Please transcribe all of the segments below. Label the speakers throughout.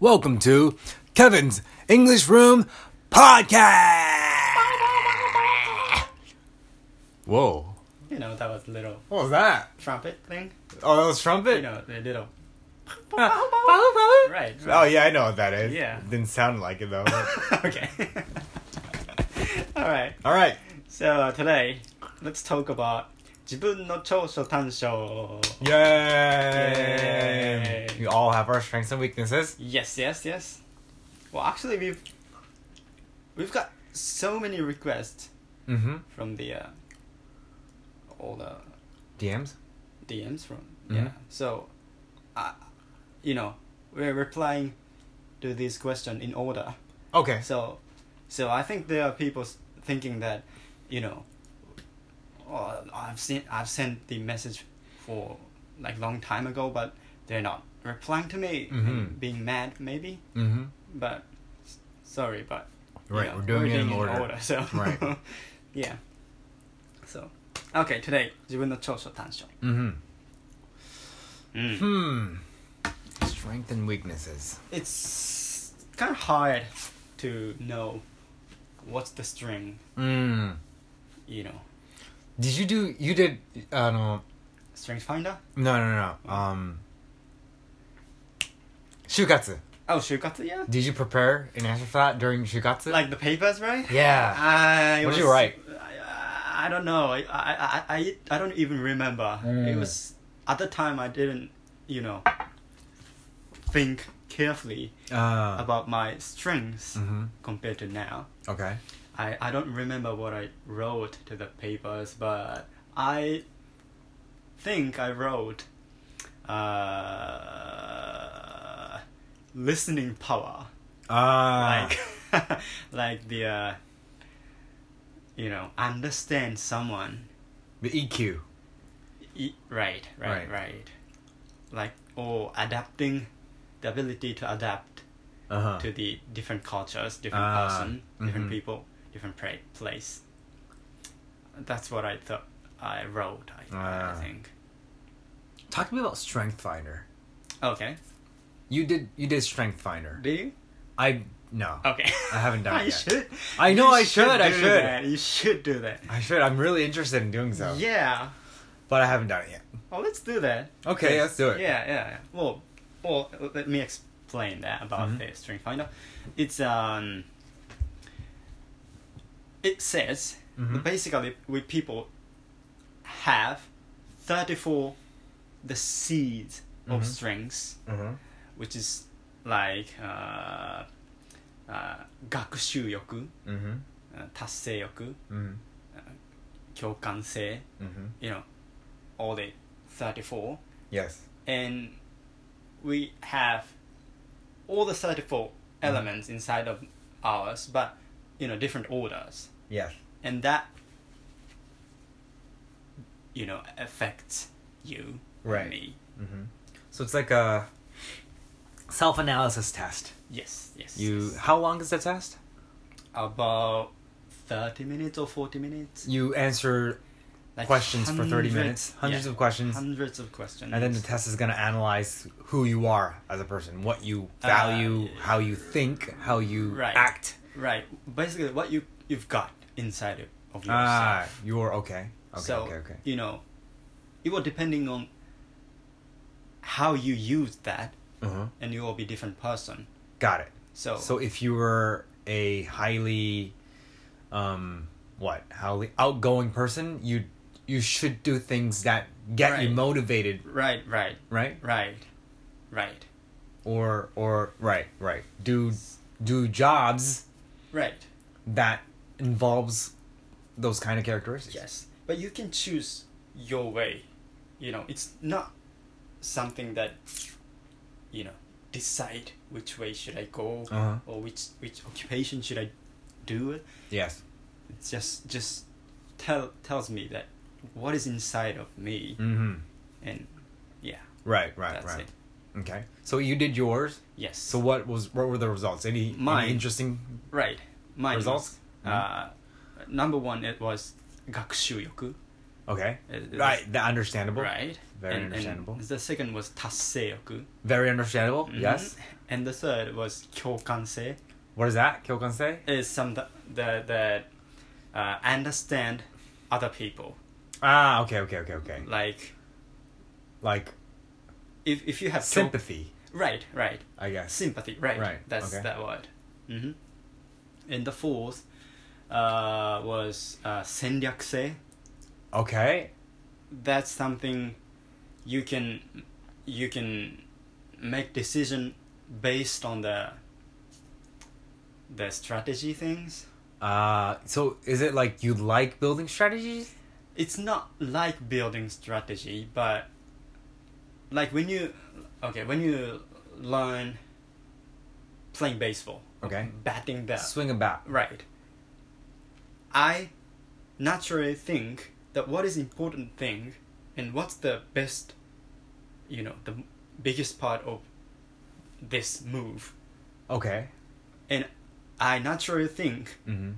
Speaker 1: Welcome to Kevin's English Room Podcast. Whoa.
Speaker 2: You know, that was a little
Speaker 1: What was that?
Speaker 2: trumpet thing.
Speaker 1: Oh, that was trumpet?
Speaker 2: You know, the little.
Speaker 1: right.
Speaker 2: Right.
Speaker 1: Oh, yeah, I know what that is.
Speaker 2: Yeah.
Speaker 1: Didn't sound like it, though.
Speaker 2: okay. All right.
Speaker 1: All right.
Speaker 2: So uh, today, let's talk about 自分の長所短所。
Speaker 1: Yay.
Speaker 2: Yay.
Speaker 1: We all have our strengths and weaknesses.
Speaker 2: Yes, yes, yes. Well, actually, we've we've got so many requests
Speaker 1: Mm-hmm.
Speaker 2: from the uh, all the
Speaker 1: DMs?
Speaker 2: DMs from
Speaker 1: Mhm.
Speaker 2: yeah. So, uh, you know, we're replying to this question in order.
Speaker 1: Okay.
Speaker 2: So, so I think there are people s- thinking that, you know, oh, I've seen I've sent the message for like long time ago, but they're not replying to me, and
Speaker 1: Mhm.
Speaker 2: being mad maybe.
Speaker 1: Mm-hmm.
Speaker 2: But s- sorry, but you
Speaker 1: Right,
Speaker 2: know,
Speaker 1: we're doing it in order.
Speaker 2: so
Speaker 1: Right.
Speaker 2: yeah. So, okay, today 自分の長所短所。
Speaker 1: Mm-hmm.
Speaker 2: うん。
Speaker 1: Hmm. Strength and weaknesses.
Speaker 2: It's kind of hard to know what's the string,
Speaker 1: Mm.
Speaker 2: you know,
Speaker 1: Did you do, you did, uh, I don't know.
Speaker 2: strength finder.
Speaker 1: No, no, no. Um, shukatsu.
Speaker 2: Oh, shukatsu, yeah.
Speaker 1: Did you prepare in answer for that during shukatsu?
Speaker 2: Like the papers, right?
Speaker 1: yeah.
Speaker 2: I
Speaker 1: What
Speaker 2: was,
Speaker 1: did you write?
Speaker 2: I, I don't know. I, I, I, I don't even remember.
Speaker 1: Mm.
Speaker 2: It was at the time I didn't, you know, think carefully
Speaker 1: Uh,
Speaker 2: about my strengths
Speaker 1: Mhm.
Speaker 2: compared to now.
Speaker 1: Okay.
Speaker 2: I, I don't remember what I wrote to the papers, but I think I wrote uh, listening power.
Speaker 1: Ah.
Speaker 2: like like the uh, you know understand someone
Speaker 1: the EQ.
Speaker 2: E- right, right
Speaker 1: Right.
Speaker 2: right like or adapting the ability to adapt
Speaker 1: Uh huh.
Speaker 2: to the different cultures different
Speaker 1: Ah,
Speaker 2: person different
Speaker 1: mhm.
Speaker 2: people different pra- place that's what i thought i wrote i, I
Speaker 1: Ah.
Speaker 2: think
Speaker 1: Talk to me about Strength Finder.
Speaker 2: okay
Speaker 1: You did. You did Oh. Strength Finder.
Speaker 2: do you
Speaker 1: I no.
Speaker 2: okay
Speaker 1: I haven't done
Speaker 2: I
Speaker 1: it yet.
Speaker 2: should
Speaker 1: I know
Speaker 2: you
Speaker 1: I should, I
Speaker 2: do
Speaker 1: should.
Speaker 2: that. you should do that
Speaker 1: I should. I'm really interested in doing so.
Speaker 2: yeah
Speaker 1: But I haven't done it yet.
Speaker 2: Well, Oh, let's do that.
Speaker 1: Okay,
Speaker 2: Yes.
Speaker 1: let's do it.
Speaker 2: Yeah, yeah. yeah. Well, well, let me explain that about
Speaker 1: Mhm.
Speaker 2: the string finder. It's um, it says
Speaker 1: Mhm.
Speaker 2: basically we people have thirty four the seeds
Speaker 1: Mhm.
Speaker 2: of strings,
Speaker 1: Mm-hmm.
Speaker 2: which is like uh, uh, 学習欲、
Speaker 1: Mm-hmm.
Speaker 2: uh, 達成欲、
Speaker 1: Mm-hmm.
Speaker 2: 共感性、
Speaker 1: Mm-hmm.
Speaker 2: you know, all the thirty four.
Speaker 1: Yes.
Speaker 2: and we have all the 34
Speaker 1: Mm-hmm.
Speaker 2: elements inside of ours but you know different orders
Speaker 1: Yes.
Speaker 2: and that you know affects you
Speaker 1: Right.
Speaker 2: and me
Speaker 1: Mm-hmm. So it's like a self-analysis test.
Speaker 2: yes yes
Speaker 1: You.
Speaker 2: yes.
Speaker 1: How long is the test?
Speaker 2: about 30 minutes or 40 minutes
Speaker 1: You answer questions for 30 minutes, hundreds
Speaker 2: yeah,
Speaker 1: of questions.
Speaker 2: hundreds of questions
Speaker 1: And then the test is going to analyze who you are as a person, what you value,
Speaker 2: Uh,
Speaker 1: how you think, how you
Speaker 2: Right.
Speaker 1: act.
Speaker 2: right basically what you you've got inside of- of
Speaker 1: Ah,
Speaker 2: yourself
Speaker 1: you're okay. Okay,
Speaker 2: so
Speaker 1: okay, okay.
Speaker 2: you know, it will depending on how you use that,
Speaker 1: Uh-huh.
Speaker 2: and you will be different person.
Speaker 1: Got it.
Speaker 2: So,
Speaker 1: So if you were a highly, um, what, highly outgoing person, you you should do things that get you
Speaker 2: Right.
Speaker 1: motivated,
Speaker 2: right, right,
Speaker 1: right?
Speaker 2: right, right,
Speaker 1: Or or right, right. Do do jobs
Speaker 2: right.
Speaker 1: that involves those kind of characteristics.
Speaker 2: Yes, but you can choose your way. You know, it's not something that you know decide which way should I go
Speaker 1: Uh-huh.
Speaker 2: or which which occupation should I do it.
Speaker 1: Yes.
Speaker 2: It's just just tell tells me that what is inside of me
Speaker 1: Mm-hmm.
Speaker 2: and yeah
Speaker 1: Right, right,
Speaker 2: that's
Speaker 1: right.
Speaker 2: it
Speaker 1: Okay. So you did yours.
Speaker 2: Yes.
Speaker 1: So what was what were the results? Any,
Speaker 2: Mine.
Speaker 1: any interesting?
Speaker 2: right. Mine
Speaker 1: Results?
Speaker 2: was, uh, number one it was 学習欲
Speaker 1: Okay.
Speaker 2: It- it
Speaker 1: right.
Speaker 2: is-
Speaker 1: That understandable.
Speaker 2: right?
Speaker 1: Very
Speaker 2: and,
Speaker 1: understandable.
Speaker 2: And the second was taseyoku.
Speaker 1: Very understandable.
Speaker 2: Mhm.
Speaker 1: Yes.
Speaker 2: And the third was kyokansei.
Speaker 1: What is that? Kyokan say?
Speaker 2: Is some the the, the uh, understand other people.
Speaker 1: Ah, okay, okay, okay, okay.
Speaker 2: Like
Speaker 1: Like
Speaker 2: if if you have kyo-
Speaker 1: sympathy,
Speaker 2: right, right.
Speaker 1: I guess.
Speaker 2: Sympathy, right?
Speaker 1: Right,
Speaker 2: That's
Speaker 1: okay.
Speaker 2: that word. hmm And the fourth uh, was uh, senryakse.
Speaker 1: okay.
Speaker 2: That's something you can you can make decision based on the the strategy things.
Speaker 1: Uh so is it like you like building strategies?
Speaker 2: It's not like building strategy, but like when you okay when you learn playing baseball,
Speaker 1: Okay.
Speaker 2: batting the
Speaker 1: Swing and bat.
Speaker 2: Right. I naturally think that what is important thing and what's the best, you know, the biggest part of this move.
Speaker 1: Okay.
Speaker 2: And I naturally think,
Speaker 1: Mm-hmm.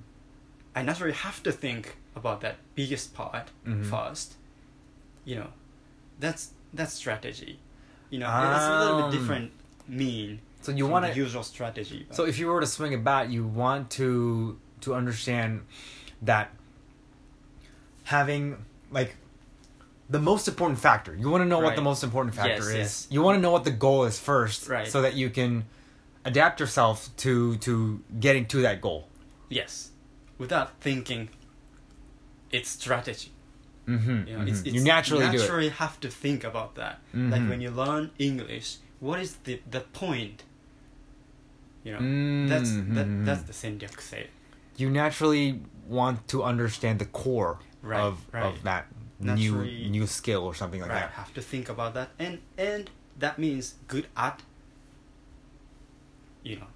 Speaker 2: I naturally have to think about that biggest part
Speaker 1: Mhm.
Speaker 2: first. You know, that's that's strategy. You know, it's a little
Speaker 1: Um,
Speaker 2: bit different mean
Speaker 1: So you
Speaker 2: from
Speaker 1: want
Speaker 2: the
Speaker 1: to
Speaker 2: usual strategy. but-
Speaker 1: So if you were to swing a bat, you want to to understand that having like the most important factor. You want to know what the
Speaker 2: Right.
Speaker 1: most important factor
Speaker 2: Yes,
Speaker 1: is.
Speaker 2: yes.
Speaker 1: You want to know what the goal is first
Speaker 2: Right.
Speaker 1: so that you can adapt yourself to to getting to that goal.
Speaker 2: yes, without thinking, it's strategy.
Speaker 1: Mm-hmm.
Speaker 2: You know, it's, it's
Speaker 1: you naturally, do it.
Speaker 2: naturally have to think about that. Like
Speaker 1: Mhm.
Speaker 2: when you learn English, what is the the point? You know, that's
Speaker 1: Mhm.
Speaker 2: that, that's the senryakuse.
Speaker 1: You naturally want to understand the core
Speaker 2: Right,
Speaker 1: of of
Speaker 2: right.
Speaker 1: that
Speaker 2: Naturally-
Speaker 1: new new skill or something like
Speaker 2: right,
Speaker 1: that.
Speaker 2: have to think about that, and and that means good at. You know,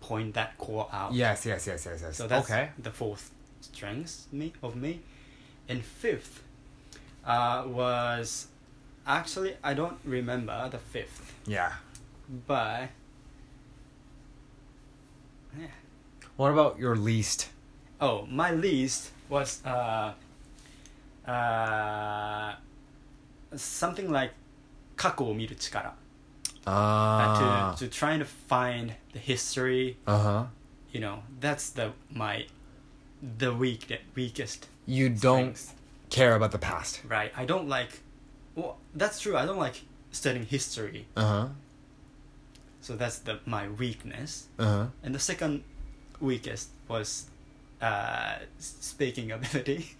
Speaker 2: point that core out.
Speaker 1: Yes, yes, yes, yes, yes.
Speaker 2: So that's
Speaker 1: okay.
Speaker 2: the fourth strength me of me, and fifth, uh, was, actually I don't remember the fifth.
Speaker 1: Yeah.
Speaker 2: But yeah.
Speaker 1: What about your least?
Speaker 2: oh, my least was uh, uh, something like 過去を見る力
Speaker 1: Ah.
Speaker 2: uh, to to trying to find the history.
Speaker 1: Uh huh.
Speaker 2: You know, that's the my the weak weakest.
Speaker 1: You don't
Speaker 2: strength,
Speaker 1: care about the past.
Speaker 2: right. I don't like. Well, that's true. I don't like studying history.
Speaker 1: Uh huh.
Speaker 2: So that's the my weakness.
Speaker 1: Uh huh.
Speaker 2: And the second weakest was uh, s- speaking ability.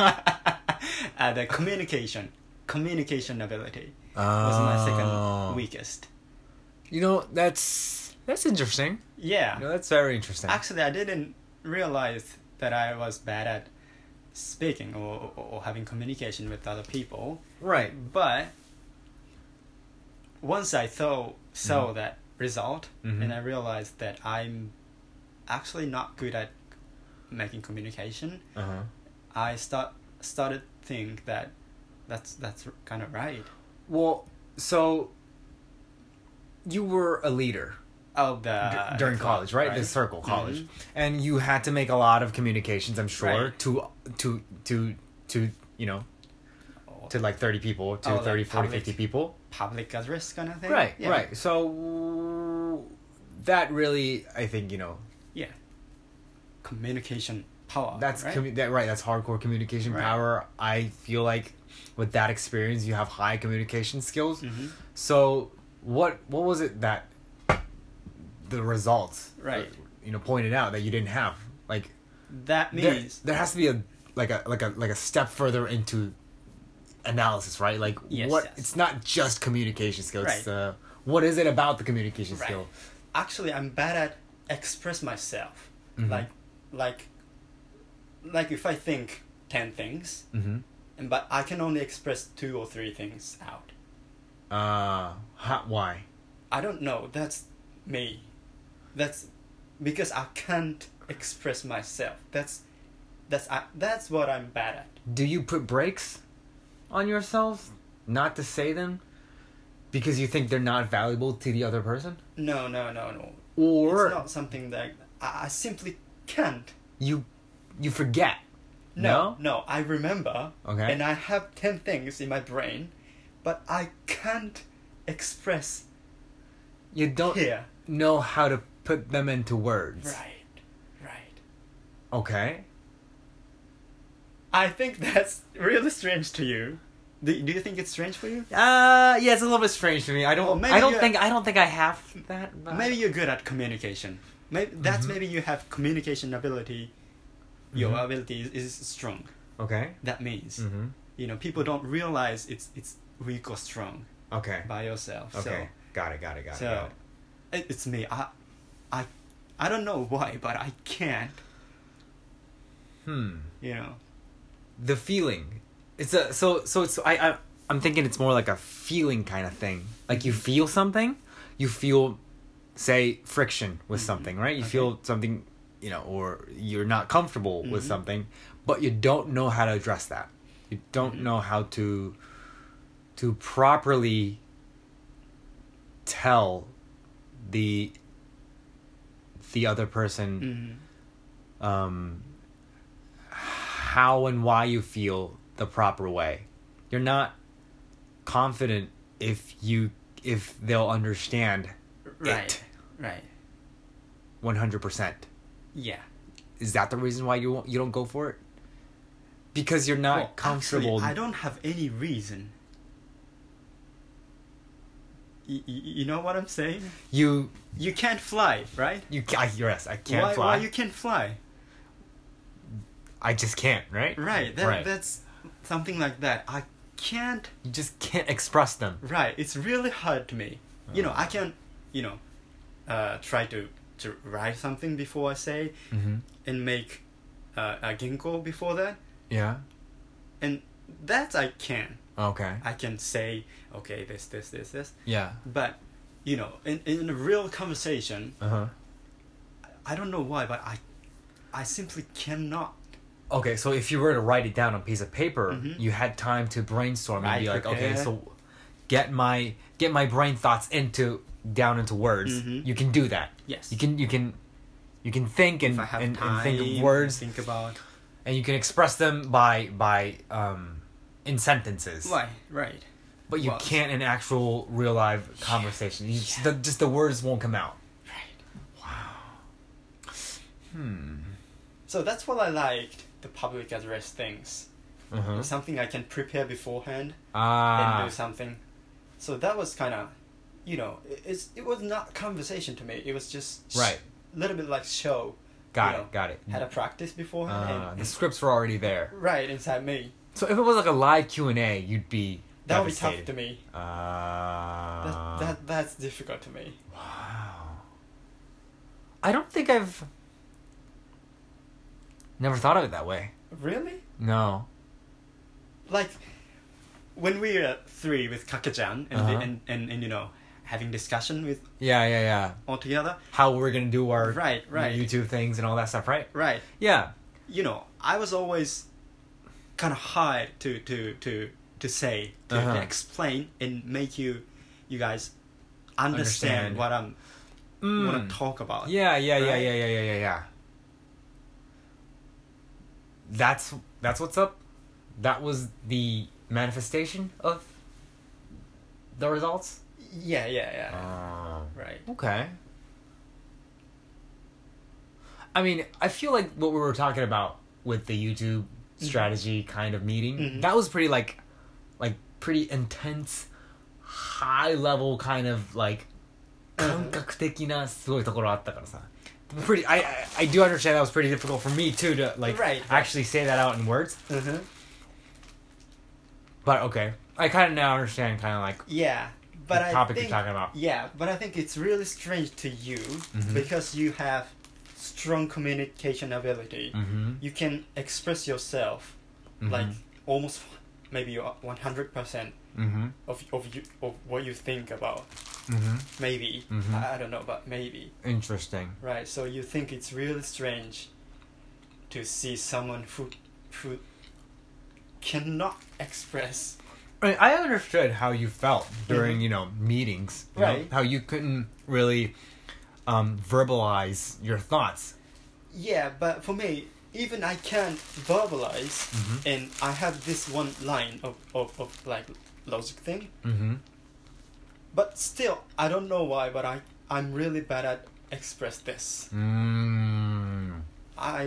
Speaker 2: uh, the communication, communication ability was my
Speaker 1: Oh.
Speaker 2: second weakest.
Speaker 1: You know that's that's interesting.
Speaker 2: Yeah.
Speaker 1: You know, that's very interesting.
Speaker 2: Actually, I didn't realize that I was bad at speaking or, or, or having communication with other people.
Speaker 1: right.
Speaker 2: But once I saw saw
Speaker 1: Mhm.
Speaker 2: that result,
Speaker 1: Mhm.
Speaker 2: and I realized that I'm actually not good at making communication,
Speaker 1: Uh huh.
Speaker 2: I start started think that that's that's kind of right.
Speaker 1: Well, so you were a leader
Speaker 2: Oh, the
Speaker 1: d- during
Speaker 2: the Mm-hmm.
Speaker 1: college, right? The circle college, and you had to make a lot of communications. I'm sure
Speaker 2: Right.
Speaker 1: to to to to you know
Speaker 2: Or
Speaker 1: to like 30 people to
Speaker 2: Oh, like
Speaker 1: 30 40
Speaker 2: public.
Speaker 1: 50 people
Speaker 2: public address kind of thing.
Speaker 1: right
Speaker 2: Yeah.
Speaker 1: right so that really i think you know
Speaker 2: Yeah. Communication power.
Speaker 1: that's
Speaker 2: right.
Speaker 1: commu- that right that's hardcore communication
Speaker 2: Right.
Speaker 1: power i feel like with that experience you have high communication skills
Speaker 2: Mhm.
Speaker 1: so what what was it that the results
Speaker 2: Right.
Speaker 1: uh, you know pointed out that you didn't have like
Speaker 2: That
Speaker 1: there,
Speaker 2: means
Speaker 1: there has to be a like a like a like a step further into analysis right like
Speaker 2: Yes,
Speaker 1: what
Speaker 2: yes.
Speaker 1: it's not just communication skill it's
Speaker 2: Right.
Speaker 1: uh, what is it about the communication
Speaker 2: Right.
Speaker 1: skill
Speaker 2: actually I'm bad at express myself.
Speaker 1: Mhm.
Speaker 2: Like like like if I think ten things
Speaker 1: mm-hmm
Speaker 2: and but I can only express two or three things out.
Speaker 1: uh how, why
Speaker 2: I don't know, that's me. That's because I can't express myself. That's that's I, that's what I'm bad at.
Speaker 1: do you put brakes on yourself not to say them because you think they're not valuable to the other person
Speaker 2: No, no, no, no.
Speaker 1: or
Speaker 2: it's not something that I, I simply can't.
Speaker 1: you you forget
Speaker 2: No, no, I remember.
Speaker 1: Okay.
Speaker 2: And I have 10 things in my brain, but I can't express
Speaker 1: You don't
Speaker 2: here.
Speaker 1: know how to put them into words.
Speaker 2: Right. Right.
Speaker 1: Okay.
Speaker 2: I think that's really strange to you. Do, do you think it's strange for you?
Speaker 1: Uh yeah, it's a little bit strange to me. I don't
Speaker 2: Well, maybe
Speaker 1: I don't
Speaker 2: you-
Speaker 1: think I don't think I have that. but-
Speaker 2: Maybe you're good at communication. Maybe that's
Speaker 1: Mhm.
Speaker 2: maybe you have communication ability. Your
Speaker 1: Mhm.
Speaker 2: ability is, is strong.
Speaker 1: Okay.
Speaker 2: That means
Speaker 1: Mhm.
Speaker 2: you know people don't realize it's it's weak or strong
Speaker 1: Okay.
Speaker 2: by yourself.
Speaker 1: Okay. got it, got it, got
Speaker 2: So
Speaker 1: it.
Speaker 2: so
Speaker 1: Got it.
Speaker 2: it, it's me. I I I don't know why, but I can't.
Speaker 1: Hmm.
Speaker 2: You know.
Speaker 1: The feeling. It's a so so it's I, I I'm thinking it's more like a feeling kind of thing. Like you feel something, you feel say friction with
Speaker 2: Mhm.
Speaker 1: something, right? You
Speaker 2: Okay.
Speaker 1: feel something, you know, or you're not comfortable with
Speaker 2: Mhm.
Speaker 1: something, but you don't know how to address that. You don't
Speaker 2: Mhm.
Speaker 1: know how to to properly tell the the other person
Speaker 2: Mm.
Speaker 1: um, how and why you feel the proper way. You're not confident if you if they'll understand
Speaker 2: Right.
Speaker 1: It.
Speaker 2: Right.
Speaker 1: 100%.
Speaker 2: Yeah.
Speaker 1: Is that the reason why you won't, you don't go for it? Because you're not
Speaker 2: Well,
Speaker 1: comfortable.
Speaker 2: Actually, I don't have any reason. Y- y- you know what I'm saying?
Speaker 1: you
Speaker 2: You can't fly, right?
Speaker 1: you ca- I, yes, I can't
Speaker 2: why,
Speaker 1: fly.
Speaker 2: Why you can't fly?
Speaker 1: I just can't, right?
Speaker 2: Right. That,
Speaker 1: right.
Speaker 2: That's something like that. I can't.
Speaker 1: you just can't express them.
Speaker 2: Right. It's really hard to me. You know,
Speaker 1: Uh.
Speaker 2: I can, you know, uh, try to to write something before I say
Speaker 1: Mhm.
Speaker 2: and make uh, a ginkgo before that,
Speaker 1: Yeah.
Speaker 2: and that I can.
Speaker 1: Okay.
Speaker 2: I can say, okay, this, this, this, this.
Speaker 1: yeah.
Speaker 2: But you know, in in a real conversation,
Speaker 1: Uh-huh.
Speaker 2: I don't know why, but I, I simply cannot.
Speaker 1: Okay, so if you were to write it down on a piece of paper,
Speaker 2: Mhm.
Speaker 1: you had time to brainstorm
Speaker 2: Right,
Speaker 1: and be like, okay,
Speaker 2: prepare.
Speaker 1: so get my get my brain thoughts into down into words.
Speaker 2: Mhm.
Speaker 1: You can do that.
Speaker 2: Yes.
Speaker 1: You can you can you can think and,
Speaker 2: if I have
Speaker 1: and,
Speaker 2: time,
Speaker 1: and think of words
Speaker 2: Think about
Speaker 1: and you can express them by by um in sentences.
Speaker 2: why, right?
Speaker 1: But you
Speaker 2: Well-
Speaker 1: can't in actual real live conversation. You just, the, just the words won't come out.
Speaker 2: Right.
Speaker 1: Hmm.
Speaker 2: So that's what I liked the public address things.
Speaker 1: Uh-huh.
Speaker 2: Something I can prepare beforehand
Speaker 1: Ah.
Speaker 2: and do something. So that was kind of, you know, i- it's it was not conversation to me. It was just a
Speaker 1: Right.
Speaker 2: little bit like show.
Speaker 1: Got
Speaker 2: you
Speaker 1: it.
Speaker 2: know,
Speaker 1: Got it.
Speaker 2: Had a practice beforehand.
Speaker 1: Uh,
Speaker 2: and,
Speaker 1: the scripts were already there.
Speaker 2: right inside me.
Speaker 1: So if it was like a live Q and A, you'd be
Speaker 2: That would be tough
Speaker 1: devastated.
Speaker 2: to me. That,
Speaker 1: Uh,
Speaker 2: that that's difficult to me.
Speaker 1: wow. I don't think I've never thought of it that way.
Speaker 2: Really?
Speaker 1: No.
Speaker 2: Like when we were three with Kakajan and,
Speaker 1: Uh-huh.
Speaker 2: and, and and you know having discussion with
Speaker 1: Yeah, yeah, yeah.
Speaker 2: all together.
Speaker 1: How we're gonna do our
Speaker 2: Right, right.
Speaker 1: YouTube things and all that stuff, right?
Speaker 2: Right.
Speaker 1: Yeah.
Speaker 2: You know, I was always kind of hard to to to to say to,
Speaker 1: Uh-huh.
Speaker 2: to explain and make you you guys
Speaker 1: Understand.
Speaker 2: understand, what I'm
Speaker 1: Mm.
Speaker 2: want to talk about.
Speaker 1: Yeah, yeah, yeah,
Speaker 2: Right?
Speaker 1: yeah, yeah, yeah, yeah, yeah. That's that's what's up. That was the manifestation of the results.
Speaker 2: Yeah. Yeah. Yeah.
Speaker 1: Oh.
Speaker 2: right.
Speaker 1: Okay. I mean, I feel like what we were talking about with the YouTube
Speaker 2: Mm-hmm.
Speaker 1: strategy kind of meeting,
Speaker 2: Mhm.
Speaker 1: that was pretty like like pretty intense high level kind of like
Speaker 2: Uh-huh.
Speaker 1: 感覚的なすごいところあったからさ pretty I, I I do understand that was pretty difficult for me too to like
Speaker 2: Right.
Speaker 1: actually say that out in words
Speaker 2: Uh-huh.
Speaker 1: but okay I kind of now understand kind of like
Speaker 2: Yeah, but
Speaker 1: the
Speaker 2: I
Speaker 1: topic
Speaker 2: think
Speaker 1: you're talking about
Speaker 2: Yeah, but I think it's really strange to you
Speaker 1: Mhm.
Speaker 2: because you have strong communication ability.
Speaker 1: mm-hmm.
Speaker 2: You can express yourself like almost maybe uh, one hundred percent
Speaker 1: mm-hmm.
Speaker 2: of of you of what you think about.
Speaker 1: Mm-hmm.
Speaker 2: Maybe
Speaker 1: Mhm.
Speaker 2: I, I don't know, but maybe
Speaker 1: Interesting.
Speaker 2: right. So you think it's really strange to see someone who who cannot express
Speaker 1: I, mean, I understood how you felt during,
Speaker 2: Mhm.
Speaker 1: you know, meetings. you know,
Speaker 2: Right.
Speaker 1: how you couldn't really um, verbalize your thoughts.
Speaker 2: Yeah, but for me, even I can't verbalize,
Speaker 1: Mhm.
Speaker 2: and I have this one line of, of, of like logic thing,
Speaker 1: Mm-hmm.
Speaker 2: but still, I don't know why, but I, I'm really bad at express this.
Speaker 1: Mm.
Speaker 2: I,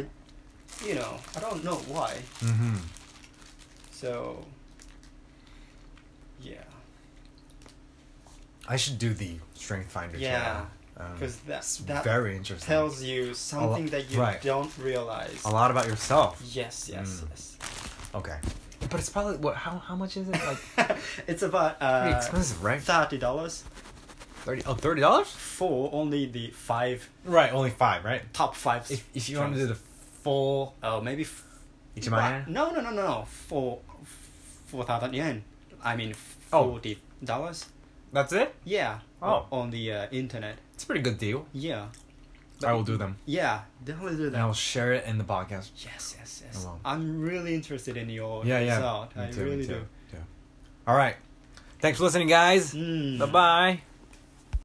Speaker 2: you know, I don't know why.
Speaker 1: Mm-hmm.
Speaker 2: So, yeah.
Speaker 1: I should do the strength finder.
Speaker 2: Yeah,
Speaker 1: um,
Speaker 2: Because that,
Speaker 1: it's
Speaker 2: that
Speaker 1: very interesting.
Speaker 2: tells you something that you
Speaker 1: right.
Speaker 2: don't realize.
Speaker 1: a lot about yourself.
Speaker 2: Yes, yes,
Speaker 1: Mm. Okay, but it's probably what? How how much is it? Like
Speaker 2: yes. it's about uh,
Speaker 1: pretty expensive, right?
Speaker 2: thirty dollars
Speaker 1: Thirty. Oh, thirty dollars?
Speaker 2: for only the five
Speaker 1: Right, only five, right?
Speaker 2: top five.
Speaker 1: If if you want to do
Speaker 2: songs.
Speaker 1: the full
Speaker 2: oh maybe f-
Speaker 1: Ichimaya?
Speaker 2: Wha- No, no, no, no. For four thousand yen. I mean
Speaker 1: Oh.
Speaker 2: forty dollars.
Speaker 1: That's it.
Speaker 2: Yeah.
Speaker 1: Oh.
Speaker 2: On the uh, internet.
Speaker 1: It's a pretty good deal.
Speaker 2: Yeah.
Speaker 1: I will do them.
Speaker 2: Yeah, definitely do
Speaker 1: And I'll
Speaker 2: that.
Speaker 1: share it in the podcast.
Speaker 2: Yes, yes, yes.
Speaker 1: I will.
Speaker 2: I'm really interested in your
Speaker 1: Yeah, yeah.
Speaker 2: result.
Speaker 1: Me
Speaker 2: I
Speaker 1: too, me
Speaker 2: really
Speaker 1: too,
Speaker 2: do.
Speaker 1: too. All right. Thanks for listening, guys.
Speaker 2: Mm.
Speaker 1: Bye bye.